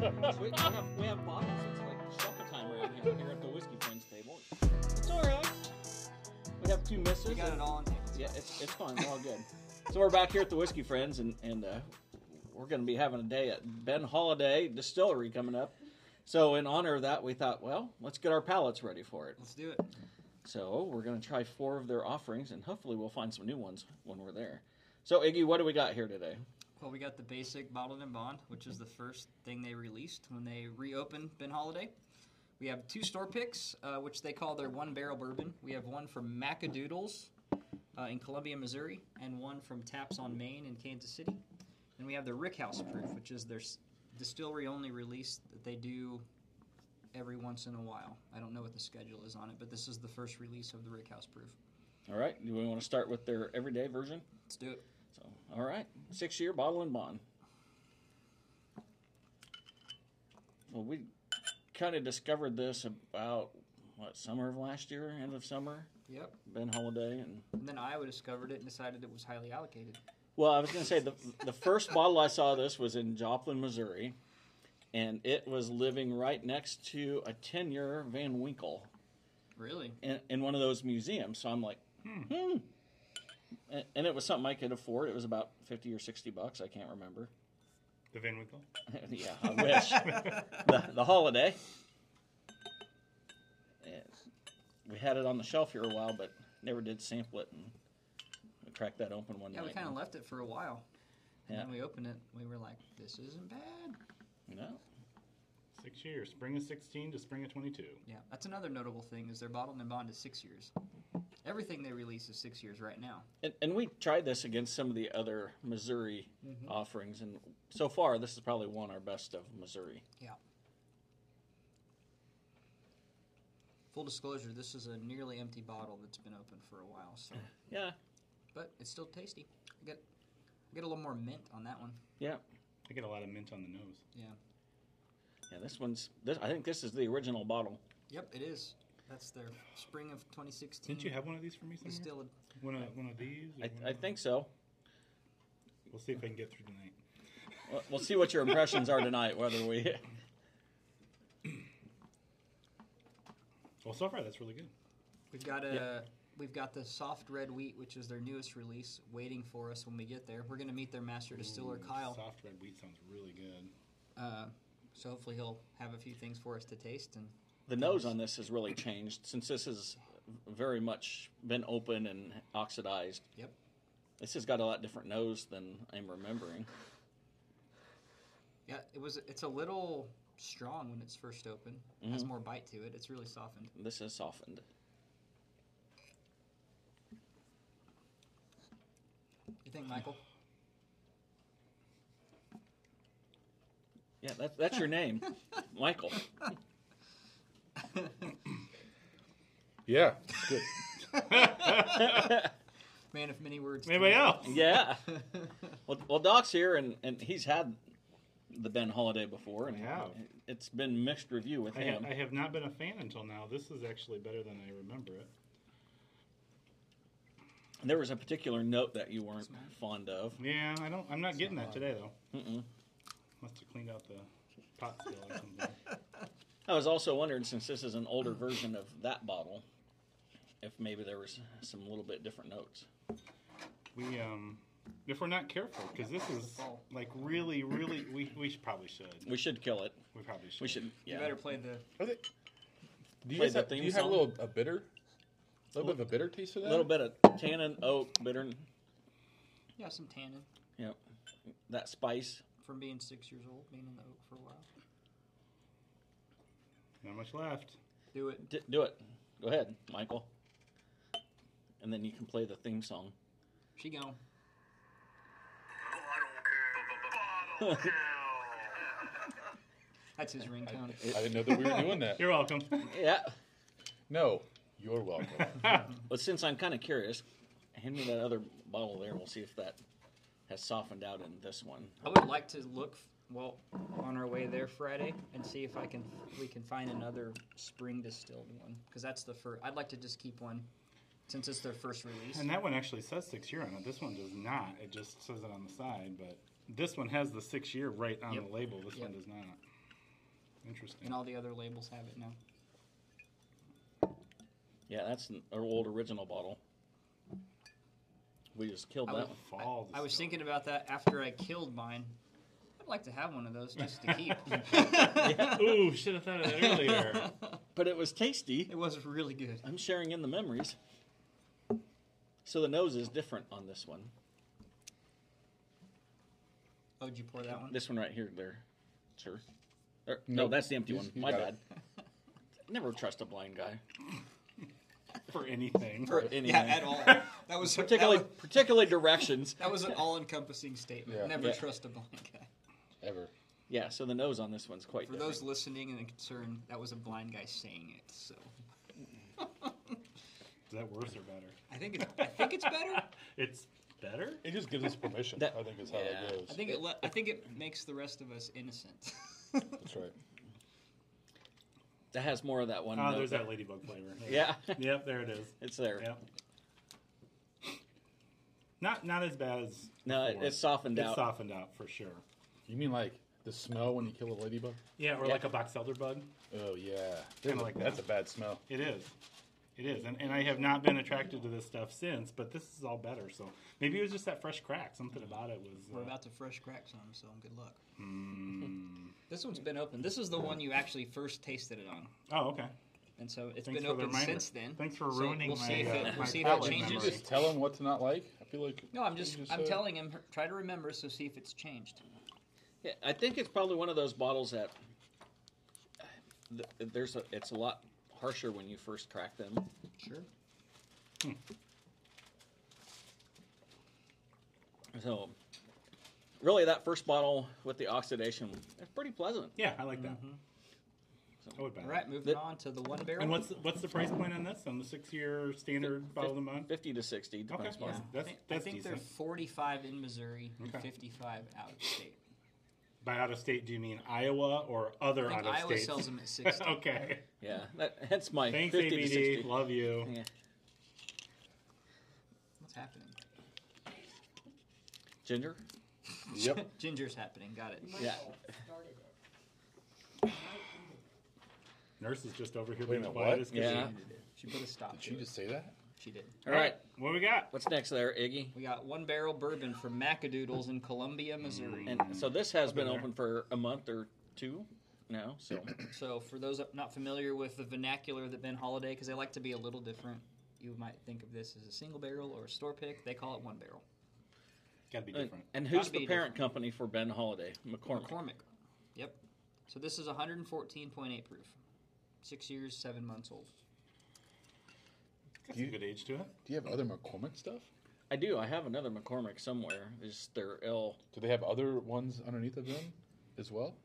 we, we have, we have bottles. It's like shuffle time around here, here at the Whiskey Friends table. It's all right. We have two misses. You got it and- all on tape. Yeah, it's, it's fine. We're all good. So we're back here at the Whiskey Friends, and, and uh, we're going to be having a day at Ben Holiday Distillery coming up. So in honor of that, we thought, well, let's get our palates ready for it. Let's do it. So we're going to try four of their offerings, and hopefully we'll find some new ones when we're there. So Iggy, what do we got here today? Well, we got the basic bottled and bond, which is the first thing they released when they reopened Ben Holiday. We have two store picks, uh, which they call their one barrel bourbon. We have one from Macadoodles uh, in Columbia, Missouri, and one from Taps on Main in Kansas City. And we have the Rickhouse Proof, which is their s- distillery only release that they do every once in a while. I don't know what the schedule is on it, but this is the first release of the Rickhouse Proof. All right, do we want to start with their everyday version? Let's do it. So, all right, six year bottle and bond. Well, we kind of discovered this about what summer of last year, end of summer, Yep. Ben Holiday, and And then Iowa discovered it and decided it was highly allocated. well, I was going to say the the first bottle I saw of this was in Joplin, Missouri, and it was living right next to a ten year Van Winkle Really? in, in one of those museums. So I'm like, hmm. And, and it was something I could afford. It was about fifty or sixty bucks. I can't remember. The Van Winkle? yeah, I wish. the, the holiday. Yes. We had it on the shelf here a while, but never did sample it. And we cracked that open one Yeah, night. we kind of left it for a while. And Yeah. then we opened it. We were like, this isn't bad. No. Six years. Spring of 16 to spring of 22. Yeah, that's another notable thing is their bottled and bond is six years. Everything they release is six years right now. And, and we tried this against some of the other Missouri offerings, and so far this is probably one our best of Missouri. Yeah. Full disclosure, this is a nearly empty bottle that's been open for a while, so Yeah, but it's still tasty. I get I get a little more mint on that one. yeah, I get a lot of mint on the nose. Yeah. yeah. This one's. This, I think this is the original bottle. Yep, it is. That's their spring of 2016. Didn't you have one of these for me somewhere? distilled? one, of, one of these? or I, one I of- think so. We'll see if I can get through tonight. We'll- We'll see what your impressions are tonight. Whether we. Well, so far, that's really good. We've got a Yeah. we've got the soft red wheat, which is their newest release, waiting for us when we get there. We're gonna meet their master distiller, Ooh, Kyle. Soft red wheat sounds really good. Uh, so hopefully he'll have a few things for us to taste. And the nose on this has really changed since this has very much been open and oxidized. yep, This has got a lot different nose than I'm remembering. yeah, it was. It's a little strong when it's first open. It Mm-hmm. Has more bite to it. It's really softened. This is softened. You think, Michael? Yeah, that, that's your name, Michael. Yeah. Good. Man of many words. Anybody tonight. else? Yeah. Well, well Doc's here, and, and he's had the Ben Holiday before, and I have. it's been mixed review with I, him. ha- I have not been a fan until now. This is actually better than I remember it. there was a particular note that you weren't fond of. Yeah, I don't. I'm not getting that today though. Mm-mm. Must have cleaned out the pot still or something. I was also wondering, since this is an older version of that bottle, if maybe there was some little bit different notes. we um, if we're not careful, because this is like really, really. We we should, probably should. We should kill it. We probably should. We should. You yeah. better play the. Are they- do you Play guys the have, do theme you have a song? little a bitter, a little bit of a bitter taste to that? A little bit of tannin, oak, bittern. Yeah, some tannin Yep. That spice. from being six years old, being in the oak for a while. Not much left. Do it. D- do it. Go ahead, Michael. And then you can play the theme song. She gone. That's his ringtone. I didn't know that we were doing that. You're welcome. Yeah. No, you're welcome. But since I'm kind of curious, hand me that other bottle there. We'll see if that has softened out in this one. I would like to look well on our way there Friday and see if I can we can find another spring distilled one because that's the first. I'd like to just keep one since it's their first release. and that one actually says six year on it. This one does not. It just says it on the side. But this one has the six year right on Yep. the label. This Yep. one does not. Interesting. and all the other labels have it now. Yeah, that's an our old original bottle. We just killed I that would- one. Fall I was distillery. thinking about that after I killed mine. I'd like to have one of those just to keep. Ooh, should have thought of that earlier. But it was tasty. It was really good. I'm sharing in the memories. So the nose is different on this one. Oh, did you pour that one? This one right here, there, sir. Or, No, Nope. that's the empty He's- one. he's My got bad. it. Never trust a blind guy For anything. for anything, Yeah, at all. That was particularly That was, particularly directions. that was an all-encompassing statement. Yeah. Never Yeah. trust a blind guy. Ever. Yeah, so the nose on this one's quite. For different. those listening and concerned, that was a blind guy saying it. So Is that worse or better? I think it's, I think it's better. It's better? It just gives us permission. That- I think is how yeah. that goes. I think it. le- I think it makes the rest of us innocent. That's right. that has more of that one. Oh, note there's there. that ladybug flavor. There. Yeah. Yep, there it is. It's there. Yep. Not not as bad as No, it, before. it's softened It's out. softened out for sure. You mean like the smell when you kill a ladybug? Yeah, or Yeah. like a box elder bug. Oh yeah, Kinda like that's that. a bad smell. It is. It is. And, and I have not been attracted to this stuff since, but this is all better. So maybe it was just that fresh crack. Something about it was. We're uh, hmm. about to fresh crack some, so good luck. This one's been open. This is the one you actually first tasted it on, Oh, okay. and so it's Thanks been for the open reminder. since then. Thanks for So ruining we'll see if my, uh, it, we'll my see if it palate Did you changes. memory. just tell him what to not like? I feel like No, I'm just, You I'm said- telling him try to remember so see if it's changed. Yeah, I think it's probably one of those bottles that th- there's a, it's a lot harsher when you first crack them. Sure. So really that first bottle with the oxidation it's pretty pleasant. Yeah, I like that. I would buy All that. right, moving That- on to the one barrel. And what's the, what's the price point on this? On the six year standard bottle of month? 50 to 60 Okay. depends Yeah, on That's- I that's- think, that's I think they're decent. 45 in Missouri, and Okay. 55 out of state. By out of state, do you mean Iowa or other I think out of Iowa states? sells them at 60. okay. Yeah, that, that's my Thanks, 50 to ABD. 60. Love you. Yeah. What's happening? Ginger? Yep. Ginger's happening. Got it. Yeah. Nurse is just over here Wait a being minute, quiet what? as can Yeah. be. She put a stop. Did to you it. just say that? She did. All right. What we got? What's next there, Iggy? We got one barrel bourbon from Macadoodles in Columbia, Missouri. Mm. And so this has Mm-hmm. been been there. open for a month or two now, so So, for those not familiar with the vernacular that Ben Holiday, because they like to be a little different, you might think of this as a single barrel or a store pick. They call it one barrel. Got Uh, to be and, different. and who's Gotta be the parent company for Ben Holiday? McCormick. McCormick. Yep. So this is 114.8 proof. Six years, seven months old. Got some good age to it. Do you have other McCormick stuff? I do. I have another McCormick somewhere. It's their L. Do they have other ones underneath of them as well?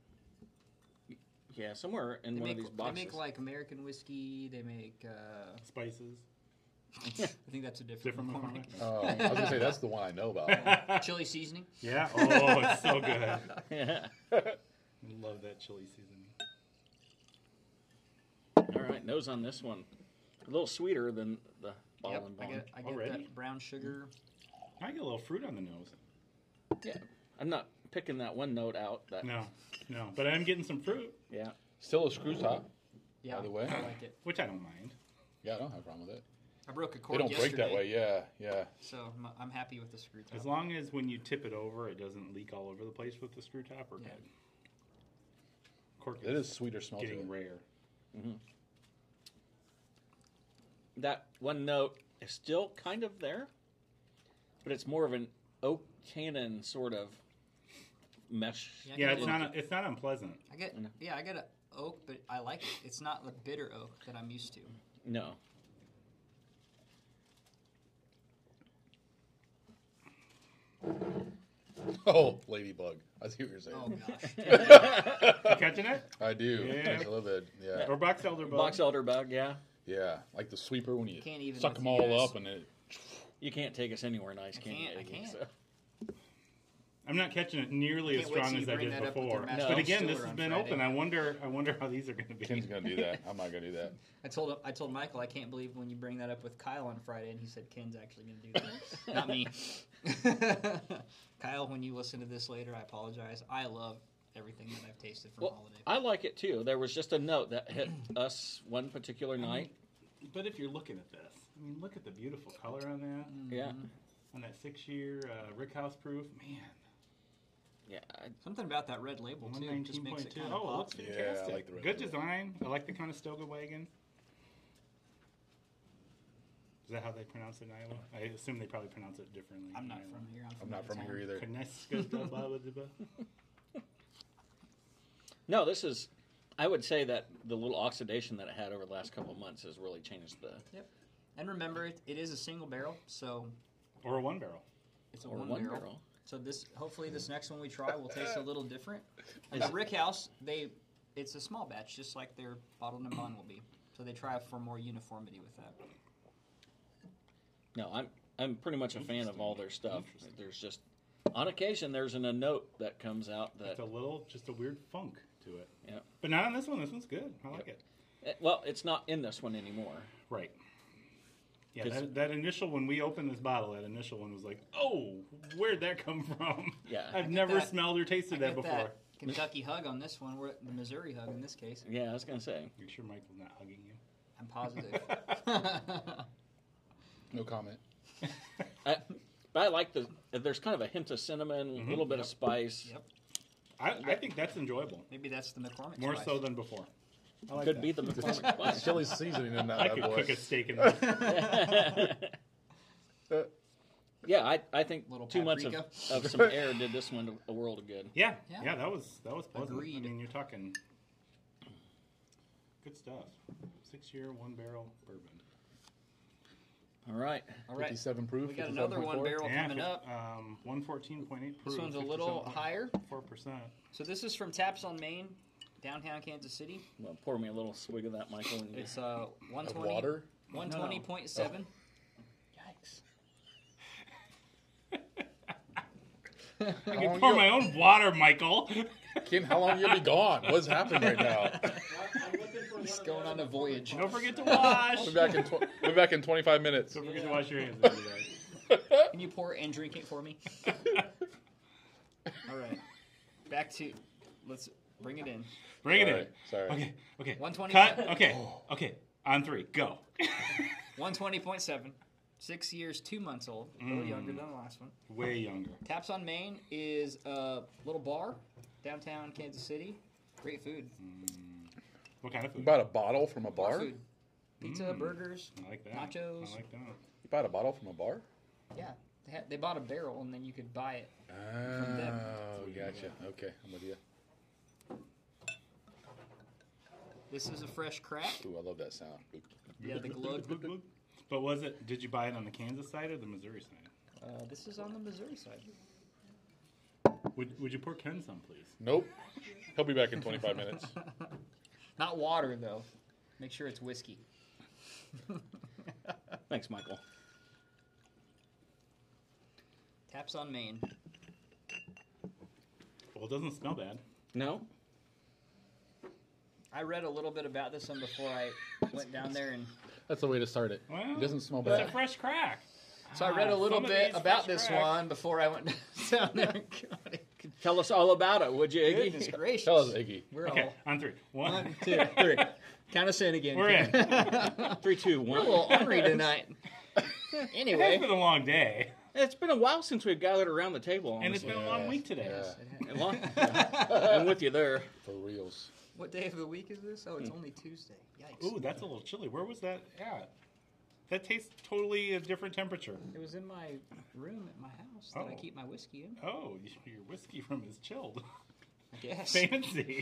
Yeah, somewhere in They one make, of these they boxes. make like American whiskey. They make. Uh, Spices. I think that's a different, Different McCormick. McCormick. Oh, I was gonna say that's the one I know about. Chili seasoning. Yeah. Oh, it's so good. I love that chili seasoning. All right, nose on this one. A little sweeter than the bottle Yep, and I bond. get, I get Already? that brown sugar. I get a little fruit on the nose. Yeah, I'm not picking that one note out. That No, no, but I'm getting some fruit, yeah, Still a screw top. Yeah, the way. I like it. which I don't mind. Yeah, I don't have a problem with it. I broke a They cork don't break yesterday, that way. Yeah, yeah. so I'm, I'm happy with the screw top. As long as when you tip it over, it doesn't leak all over the place with the screw top, we're Yeah. good. Cork It is sweeter smell to getting it. rare. that one note is still kind of there, but it's more of an oak cannon sort of mesh. Yeah, I Yeah, get it's a not it's not unpleasant. I get yeah, I get a oak, but I like it. It's not the bitter oak that I'm used to. No. Oh, ladybug. I see what you're saying. Oh gosh, You catching it? I do. Yeah. I love it. Yeah. Or box elder bug? Box elder bug. Yeah, Yeah. Like the sweeper when you Can't even suck with them you all guys. up and it. you can't take us anywhere nice, I can you? can't, I Iggy? can't. So- I'm not catching it nearly as Can't wait till you strong as I bring did that up with before. your No. But distiller again, this has on been Friday. open. I wonder I wonder how these are going to be. Ken's gonna do that. I'm not gonna do that. I told I told Michael I can't believe when you bring that up with Kyle on Friday, and he said Ken's actually going to do that, not me. Kyle, when you listen to this later, I apologize. I love everything that I've tasted from Well, Holiday. I like it too. There was just a note that hit us one particular Mm-hmm. night. But if you're looking at this, I mean, look at the beautiful color on that, Mm. Mm-hmm. Yeah, on that six-year uh, Rickhouse proof. Man, yeah. I, Something about that red label too it just makes it 119.2. kind of Oh, it pop. looks Yeah, I fantastic. like the red Good label. design. I like the Conestoga wagon. Is that how they pronounce it in Iowa? I assume they probably pronounce it differently. I'm in not Iowa. from here. I'm from, I'm not from Montana. here either. Conestoga Babadoba. No, this is. I would say that the little oxidation that it had over the last couple of months has really changed the. Yep. And remember, it, it is a single barrel, so or a one barrel. it's a Or one, one barrel. barrel. So this, hopefully, this next one we try will taste a little different. At the Rick House, they, it's a small batch, just like their bottled and bond will be. So they try for more uniformity with that. No, I'm I'm pretty much a fan of all their stuff. There's just on occasion there's an, a note that comes out that It's a little, just a weird funk to it. Yep. But not on this one. This one's good. I like Yep. it. eh, well, it's not in this one anymore. Right. Yeah, 'Cause- that, that initial when we opened this bottle, that initial one was like, oh, where'd that come from? Yeah. I I've get never that. smelled or tasted I that get before. Kentucky hug on this one, or the Missouri hug in this case. Yeah, I was gonna say. Make sure Michael's not hugging you. I'm positive. No comment. I, but I like the there's kind of a hint of cinnamon, a little bit of spice. Mm-hmm. yep. I, I think that's enjoyable. Maybe that's the McCormick. More spice. so than before. I like Could that. be the McCormick It's spice. chili seasoning in that I bad could boy. cook a steak in this. Uh, Yeah, I, I think Little too much paprika. of, of some air did this one a world of good. yeah, yeah, Yeah. that was that was pleasant. I Agreed. mean, you're talking good stuff. Six year, one barrel bourbon. All right. All right. 57 proof. We got another one 57.4. barrel Yeah, coming fif- up. Um, one fourteen point eight. This one's a little higher. Four percent. So this is from Taps on Main, downtown Kansas City. Well, pour me a little swig of that, Michael. and you- It's uh Of 120. water. 120.7. Oh. Yikes. How I long pour you- my own water, Michael. Kim, how long you be gone? What's happening right now? He's going on a voyage. Don't forget to wash. We'll be back in, tw- we'll be back in 25 minutes. Don't forget to wash your hands. everybody. Can you pour and drink it for me? All right. Back to let's bring it in. Bring it in. Alright, Sorry. Oh. Okay, okay. 120. Cut. Okay, okay. On three, go. 120.7. Six years, two months old. A little Mm. younger than the last one. Way younger. Taps on Main is a little bar downtown Kansas City. Great food. What kind of food? You bought a bottle from a bar? Food. Pizza, burgers. I like that. Nachos. I like that. You bought a bottle from a bar? Yeah. They, had, they bought a barrel and then you could buy it. Oh, gotcha. Okay, I'm with you. This is a fresh crack. Ooh, I love that sound. Yeah, the glug. Glug, glug. But was it? Did you buy it on the Kansas side or the Missouri side? Uh, this is on the Missouri side. Would Would you pour Ken some, please? Nope. He'll be back in 25 minutes. Not water, though. Make sure it's whiskey. Thanks, Michael. Taps on Main. Well, it doesn't smell bad. No? I read a little bit about this one before I went down there, and That's the way to start it. Well, it doesn't smell It's a bad. fresh crack. so I read Ah, a little some of bit these about fresh this crack. one before I went down there. and got it. Tell us all about it, would you, Goodness Iggy? gracious! Tell us, Iggy. We're Okay, all on three. One. one, two, three. Count us in again. We're in. Kevin. Three, two, We're a one. little ornery tonight. It's Anyway, been a long day, It's been a while since we've gathered around the table. and it's Honestly. been a long Yeah. week today. Yeah, And long- I'm with you there. for reals. what day of the week is this? Oh, it's only Tuesday. Yikes! Hmm. Ooh, that's a little chilly. Where was that at? That tastes totally a different temperature. It was in my room at my house that I Oh. keep my whiskey in. Oh, your whiskey room is chilled. I guess, Fancy.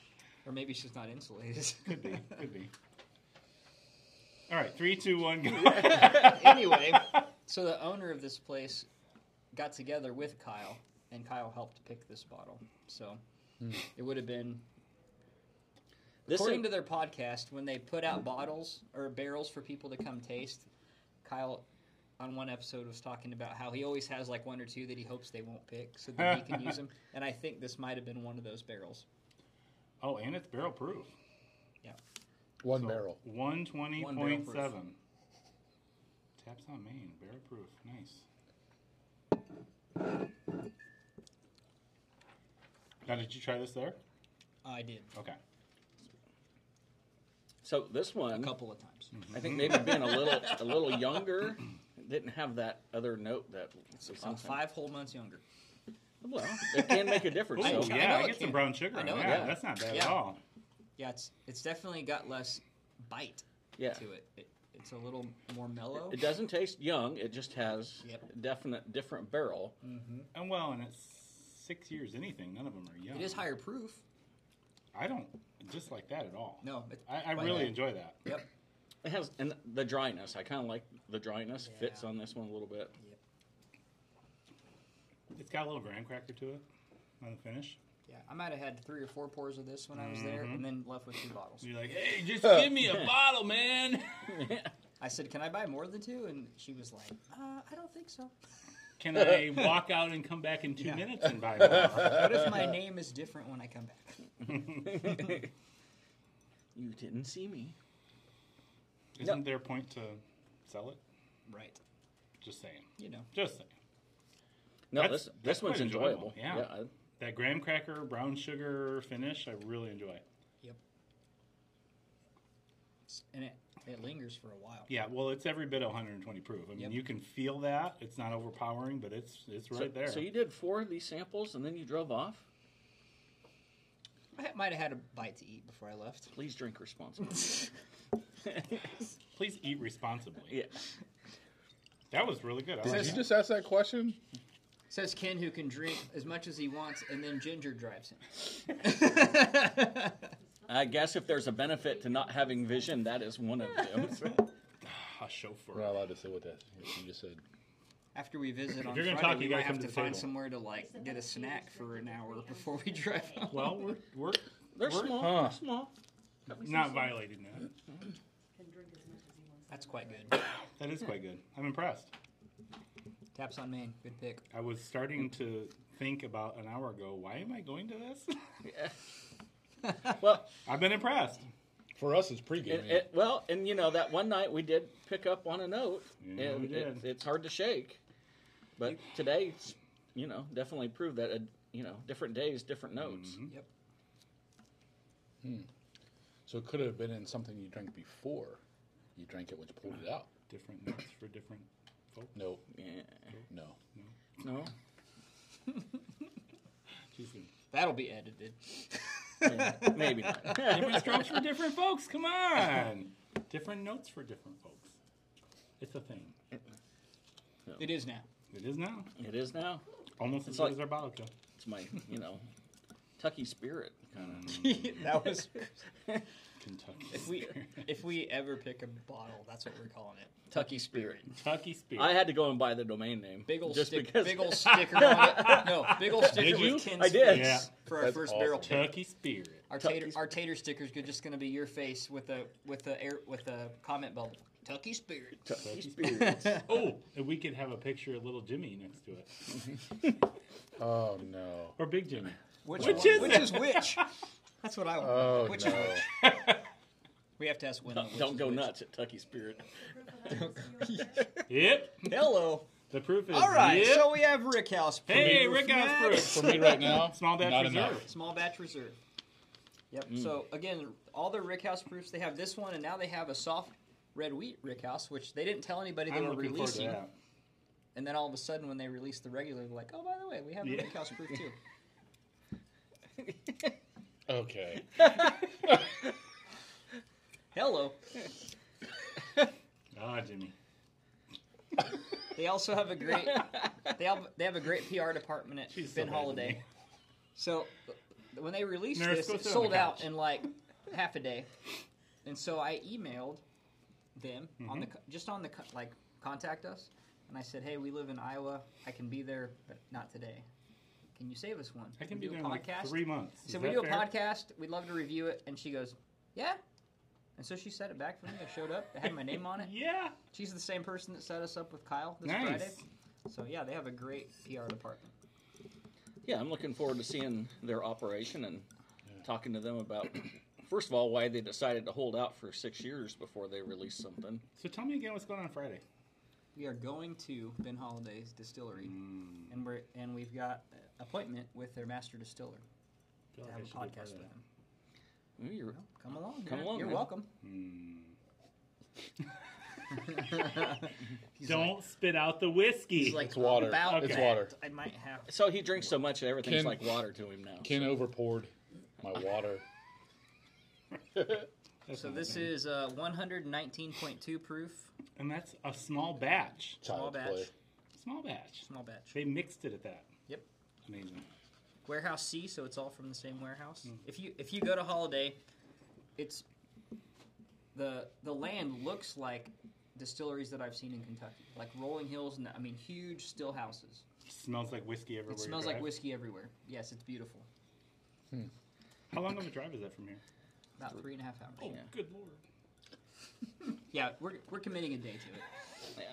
or maybe it's just not insulated. could be. Could be. All right, three, two, one, go. anyway, so the owner of this place got together with Kyle, and Kyle helped pick this bottle. So Hmm. it would have been, This according is, to their podcast, when they put out bottles or barrels for people to come taste, Kyle on one episode was talking about how he always has like one or two that he hopes they won't pick so that he can use them. And I think this might have been one of those barrels. Oh, and it's barrel proof. Yeah. One barrel. One twenty One barrel point proof. seven. Taps on main, barrel proof. Nice. Now, did you try this there? I did Okay. So this a one, couple of times. I think maybe being a little a little younger, didn't have that other note that was I'm something. five whole months younger. Well, it can make a Ooh, difference. I- so I yeah, know I, it get some can. brown sugar I know on it that. can. That's not bad at Yeah. all. Yeah, it's it's definitely got less bite yeah, to it. it. It's a little more mellow. it doesn't taste young. It just has Yep. definite different barrel. And well, and it's six years anything. None of them are young. It is higher proof. I don't dislike that at all. No, it's I, I quite really bad. enjoy that. Yep. It has and the dryness. I kind of like the dryness Yeah. fits on this one a little bit. It's got a little graham cracker to it on the finish. Yeah, I might have had three or four pours of this when I was Mm-hmm. there, and then left with two bottles. You're like, hey, just give me a bottle, man. I said, "Can I buy more than two? And she was like, uh, "I don't think so. Can I walk out and come back in two Yeah. minutes and buy more? What if my name is different when I come back?" You didn't see me. Isn't there a point to sell it? Right. Just saying. You know. Just saying. No, That's- this that's this one's quite enjoyable. uh, enjoyable, yeah. That graham cracker brown sugar finish, I really enjoy. Yep. S- And it it lingers for a while. Yeah, well, it's every bit of 120 proof. I mean, Yep. you can feel that. It's not overpowering, but it's it's I- right so, there. So you did four of these samples and then you drove off. I ha- might have had a bite to eat before I left. Please drink responsibly. Please eat responsibly. yeah. That was really good. I like Did you that. just ask that question? Says Ken, who can drink as much as he wants, and then Ginger drives him. I guess if there's a benefit to not having vision, that is one of them. a chauffeur. We're not allowed to say what that what you just said. After we visit on you're Friday, gonna talk, we you might gotta come have to to the find table. somewhere to like get a snack for an hour before we drive home. Well, we're we're They're we're small. huh. They're small. not violating that. can drink as much as he wants. That's quite good. That is quite good. I'm impressed. Taps on Maine, good pick. I was starting to think about an hour ago. Why am I going to this? Well, I've been impressed. For us, it's pregame. it, it, well, and you know that one night we did pick up on a note, Yeah, and we did. it's- it's hard to shake. But today, s- you know, definitely proved that uh, you know different days, different notes. Yep. so it could have been in something you drank before you drank it, which pulled it out. Different notes for different folk. No, Mm-hmm. Yeah. no. No. Jeez, we- That'll be edited. Yeah, maybe not. different strokes for different folks. Come on. Different notes for different folks. It's a thing. It is now. It is now. it is now. Almost It's as good like- as our Balica. It's my you know, Tucky spirit kind of. that was. Kentucky. If we Spirit. if we ever pick a bottle, that's what we're calling it. Tucky spirit. Kentucky Spirit. I had to go and buy the domain name. Big ol' just stick, because big ol' sticker on it. No, big ol' sticker Did you? with Ken's I did. face Yeah. for our That's first awesome. barrel pick. Kentucky Spirit. Our Tuck- tater, our tater stickers are just going to be your face with a with a air with a comment bubble. Tucky Spirit. Tucky spirit. Oh, and we could have a picture of little Jimmy next to it, Oh no. or Big Jimmy. Which, Which one- is which it? is which? That's what I want. Oh which no. is which? We have to ask Wendell. which Don't is go which. nuts at Tucky spirit. Yep. Hello. The proof is. All right. Yep. So we have Rick House. hey, proof Rick next. House proof. For me right now, Small batch not reserve. enough. Small batch reserve. Yep. Mm. So again, all the Rickhouse proofs they have this one, and now they have a soft red wheat Rickhouse, which they didn't tell anybody they I'm were looking forward to releasing. that. And then all of a sudden, when they released the regular, they're like, "Oh, by the way, we have a Yeah. Rickhouse proof too." Okay. Hello. Ah, Jimmy. They also have a great they have they have a great PR department at She's so Ben bad to Holiday. me. So th- when they released Nurse, this, go it sit on sold the out couch. in like half a day, and so I emailed them on Mm-hmm. the co- just on the co- like contact us, and I said, hey, we live in Iowa, I can be there, but not today. Can you save us one? I can We be do there a in like podcast. three months. So Is we that do a fair? podcast. We'd love to review it, and she goes, yeah. And so she set it back for me. I showed up. It had my name on it. Yeah. She's the same person that set us up with Kyle this Nice. Friday. So yeah, they have a great PR department. Yeah, I'm looking forward to seeing their operation and talking to them about, first of all, why they decided to hold out for six years before they release something. So tell me again what's going on Friday. We are going to Ben Holliday's distillery, and we're and we've got an appointment with their master distiller. feel to like have I a should be part podcast of with that. them. Ooh, you're- Well, come along. Come you're, along, You're man. welcome. He's Don't Like, spit out the whiskey. he's like It's water. About It's that, water. I might have. So he drinks so much that everything's Can- like water to him now. Ken overpoured my water. That's So not this bad. is uh, 119.2 proof, and that's a small batch. Small Child's play. batch. Small batch. small batch. They mixed it at that. Yep. Amazing. Warehouse C, so it's all from the same warehouse. Mm. If you if you go to Holiday, it's the the land looks like distilleries that I've seen in Kentucky, like rolling hills and I mean huge still houses. smells like whiskey everywhere. It you smells like drive. whiskey everywhere. Yes, it's beautiful. How long of a drive is that from here? About three and a half hours. Oh, Yeah. good lord. Yeah, we're, we're committing a day to it.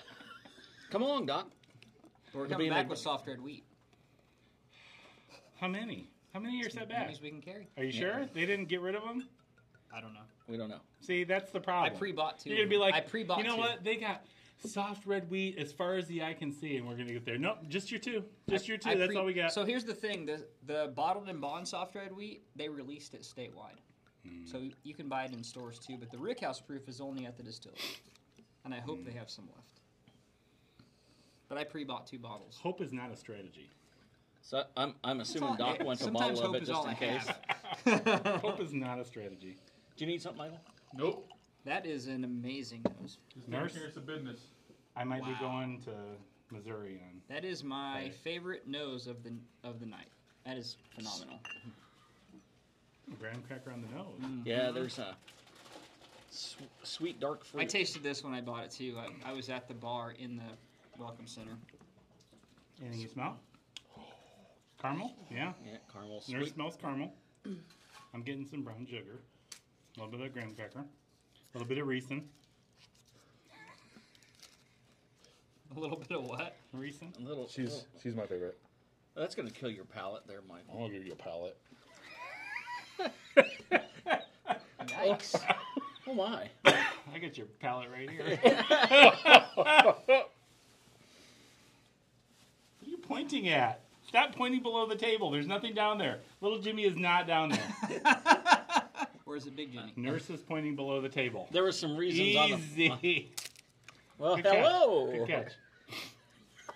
Come along, Doc. But we're It'll coming be back like- with soft red wheat. How many? How many are set As many back? as we can carry. Are you sure they didn't get rid of them? I don't know. We don't know. See, that's the I problem. pre-bought two. You're gonna be like, I pre-bought. You know two. what? They got soft red wheat as far as the eye can see, and we're gonna get there. Nope, just your two. Just your two. I that's pre- all we got. So here's the thing: the the bottled and bond soft red wheat they released it statewide, Hmm. so you can buy it in stores too. But the Rickhouse proof is only at the distillery, and I hope Hmm. they have some left. But I pre-bought two bottles. Hope is not a strategy. So I'm, I'm assuming all- Doc wants a sometimes bottle of hope it is just all in I case. have. Hope is not a strategy. Do you need something, Michael? Nope. That is an amazing nose. Just Nurse? taking care of some business. I might be Wow. going to Missouri on. That is my Right. favorite nose of the of the night. That is phenomenal. Graham cracker on the nose. Mm-hmm. Yeah, there's a sw- sweet dark fruit. I tasted this when I bought it too. I, I was at the bar in the Welcome Center. Anything you smell? Caramel? Yeah. yeah, caramel. Nurse Sweet. smells caramel. I'm getting some brown sugar. A little bit of graham cracker. A little bit of raisin. A little bit of what? Raisin. A little. She's little- she's my favorite. that's gonna kill your palate there, Michael. I'm gonna give you a palate. Yikes. Oh my! I got your palate right here. What are you pointing at? Stop pointing below the table. There's nothing down there. Little Jimmy is not down there. or is it Big Jimmy? Nurse is pointing below the table. There was some reasons on the. Easy. Well, Good catch. hello. Good catch.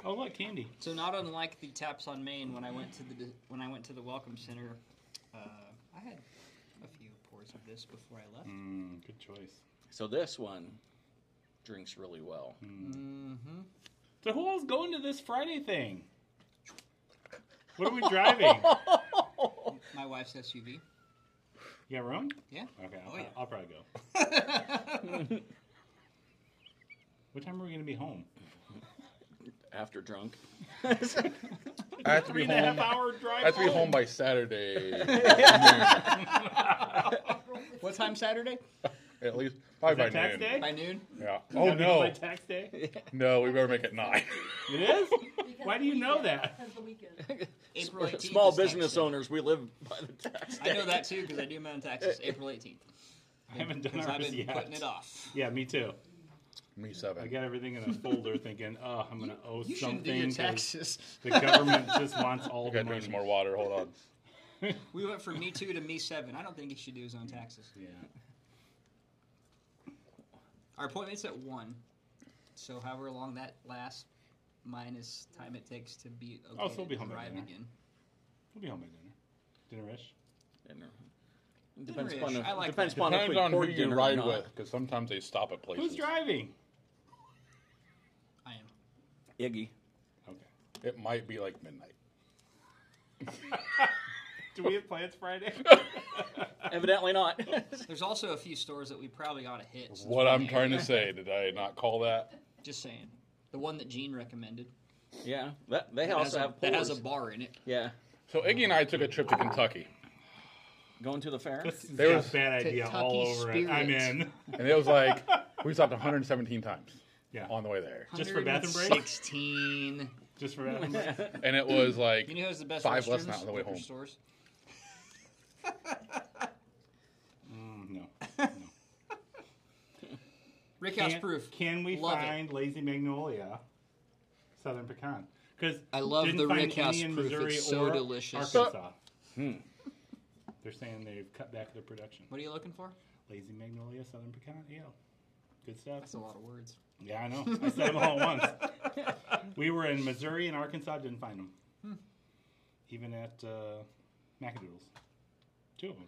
Oh look, candy. So not unlike the taps on Maine, when I went to the when I went to the Welcome Center, uh, I had a few pours of this before I left. Mm, good choice. So this one drinks really well. Mm-hmm. So who all's going to this Friday thing? What are we driving? My wife's SUV. you got room? Yeah. Okay, I'll, Oh, yeah. I'll probably go. What time are we gonna be home? After drunk. I have to Three and be a half home. I hour drive. have to be home by Saturday. what time Saturday? At least probably Is that by tax noon. day? By noon. Yeah. Gotta Oh be home by no, Tax day. It no, we better make it nine. is. Because Why the do you know weekend- that? Because the weekend. April 18th. Small is tax business day. owners, we live by the tax. I know that too because I do my own taxes. April 18th. I haven't done Because I've ours been yet. putting it off. Yeah, me too. Me I seven. got everything in a folder, thinking, "Oh, I'm gonna owe You shouldn't do your something." 'cause taxes. The government just wants all I the gotta money. drink some more water. Hold on. We went from me two to me seven. I don't think he should do his own taxes. Yeah. Our appointment's at one, so however long that lasts, minus time it takes to be okay Oh, so we'll to be home by drive dinner. again. We'll be home by dinner. Dinner rush. Dinner. uh, Depends Dinner-ish. upon if, I like depends that. upon if Depends we on who poured you dinner or ride not. with, because sometimes they stop at places. Who's driving? I am. Iggy. Okay. It might be like midnight. Do we have plans Friday? Evidently not. There's also a few stores that we probably ought to hit. since What we're I'm there. trying to say, did I not call that? Just saying. The one that Gene recommended. yeah, that, they That has, also a, have that has a pours. bar in it. yeah, So Iggy and I took a trip to Kentucky, going to the fair. this is There a was- bad idea all Kentucky over it. I'm Spirit. in. and it was like we stopped 117 times Yeah. on the way there, Just for bathroom break? 16. Just for that. one. and it was like You know who's the best Five less restrooms? than that on the way Liquor home. Stores. Mm, no. Rickhouse Can, proof. can we Love it. find Lazy Magnolia, Southern Pecan? Because I love the find Rick House any in proof. Missouri It's so or delicious. Arkansas. They're saying they've cut back their production. What are you looking for? Lazy Magnolia Southern Pecan Ale. Good stuff. That's a lot of words. Yeah, I know. I said them all at once. We were in Missouri and Arkansas, didn't find them. Hmm. Even at uh, Macadoodles. Two of them.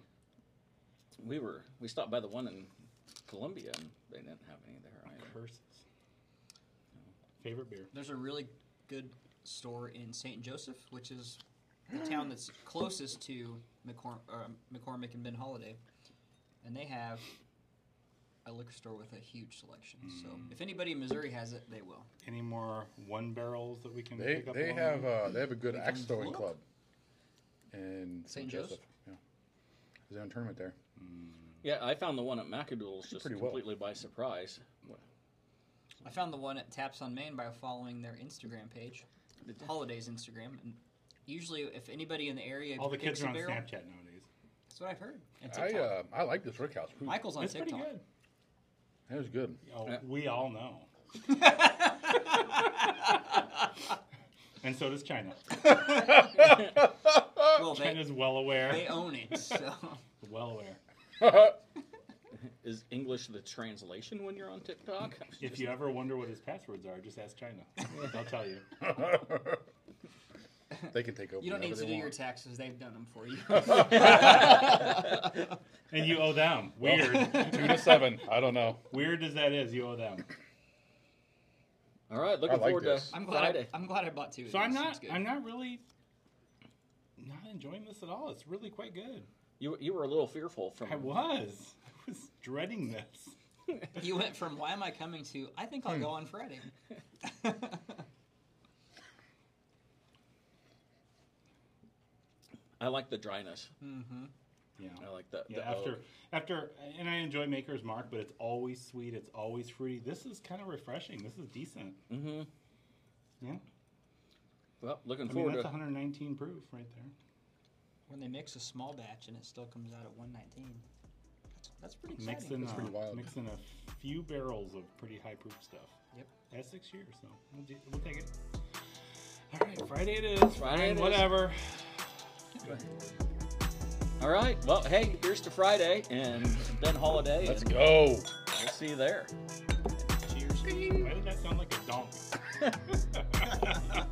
We were we stopped by the one in Columbia and they didn't have any there either. Curses. Favorite beer. There's a really good store in St. Joseph, which is the town that's closest to McCorm- uh, McCormick and Ben Holiday, and they have a liquor store with a huge selection. So Mm. if anybody in Missouri has it, they will. Any more one barrels that we can They pick up? they along have the way? uh, they have a good axe can throwing look. club in St. St. Joe's? Joseph. Yeah, there's a tournament there. Yeah, I found the one at McAdoo's just Pretty well. completely by surprise. I found the one at Taps on Main by following their Instagram page, Holidays Instagram. And usually, if anybody in the area, all the picks kids are a on barrel, Snapchat nowadays. That's what I've heard. And I TikTok. uh, I like this Rick House. Ooh, Michael's on It's pretty TikTok. good. That was good. Oh, Yeah. we all know. and so does China. Well, they, China's well aware. they own it, so Well aware. Is English the translation when you're on TikTok? If you ever wonder what his passwords are, just ask China. They'll tell you. They can take over. you don't need whenever to do they your want. taxes; they've done them for you. And you owe them. Weird. two to seven. I don't know. Weird as that is, you owe them. All right, looking I like forward this. to I'm glad. I, Friday. I'm glad I bought two. Of So I'm these. It's not. good. I'm not really. Not enjoying this at all. It's really quite good. You you were a little fearful from I was. I was dreading this. You went from "Why am I coming?" to "I think I'll Hmm. go on Friday." I like the dryness. Yeah. I like the, Yeah, the after oak. after and I enjoy Maker's Mark, but it's always sweet, it's always fruity. This is kind of refreshing. This is decent. Mm-hmm. Yeah. Well, looking I mean forward that's to 119 proof right there. when they mix a small batch and it still comes out at 119, that's, that's pretty exciting. Mixing in That's uh, pretty wild. mix in a few barrels of pretty high proof stuff. Yep. That's six years, so we'll, do, we'll take it. All right, Friday it is. Friday it and is. whatever. All right. Well, hey, here's to Friday and Ben Holiday. Let's and go. We'll see you there. Cheers. Why did that sound like a donk?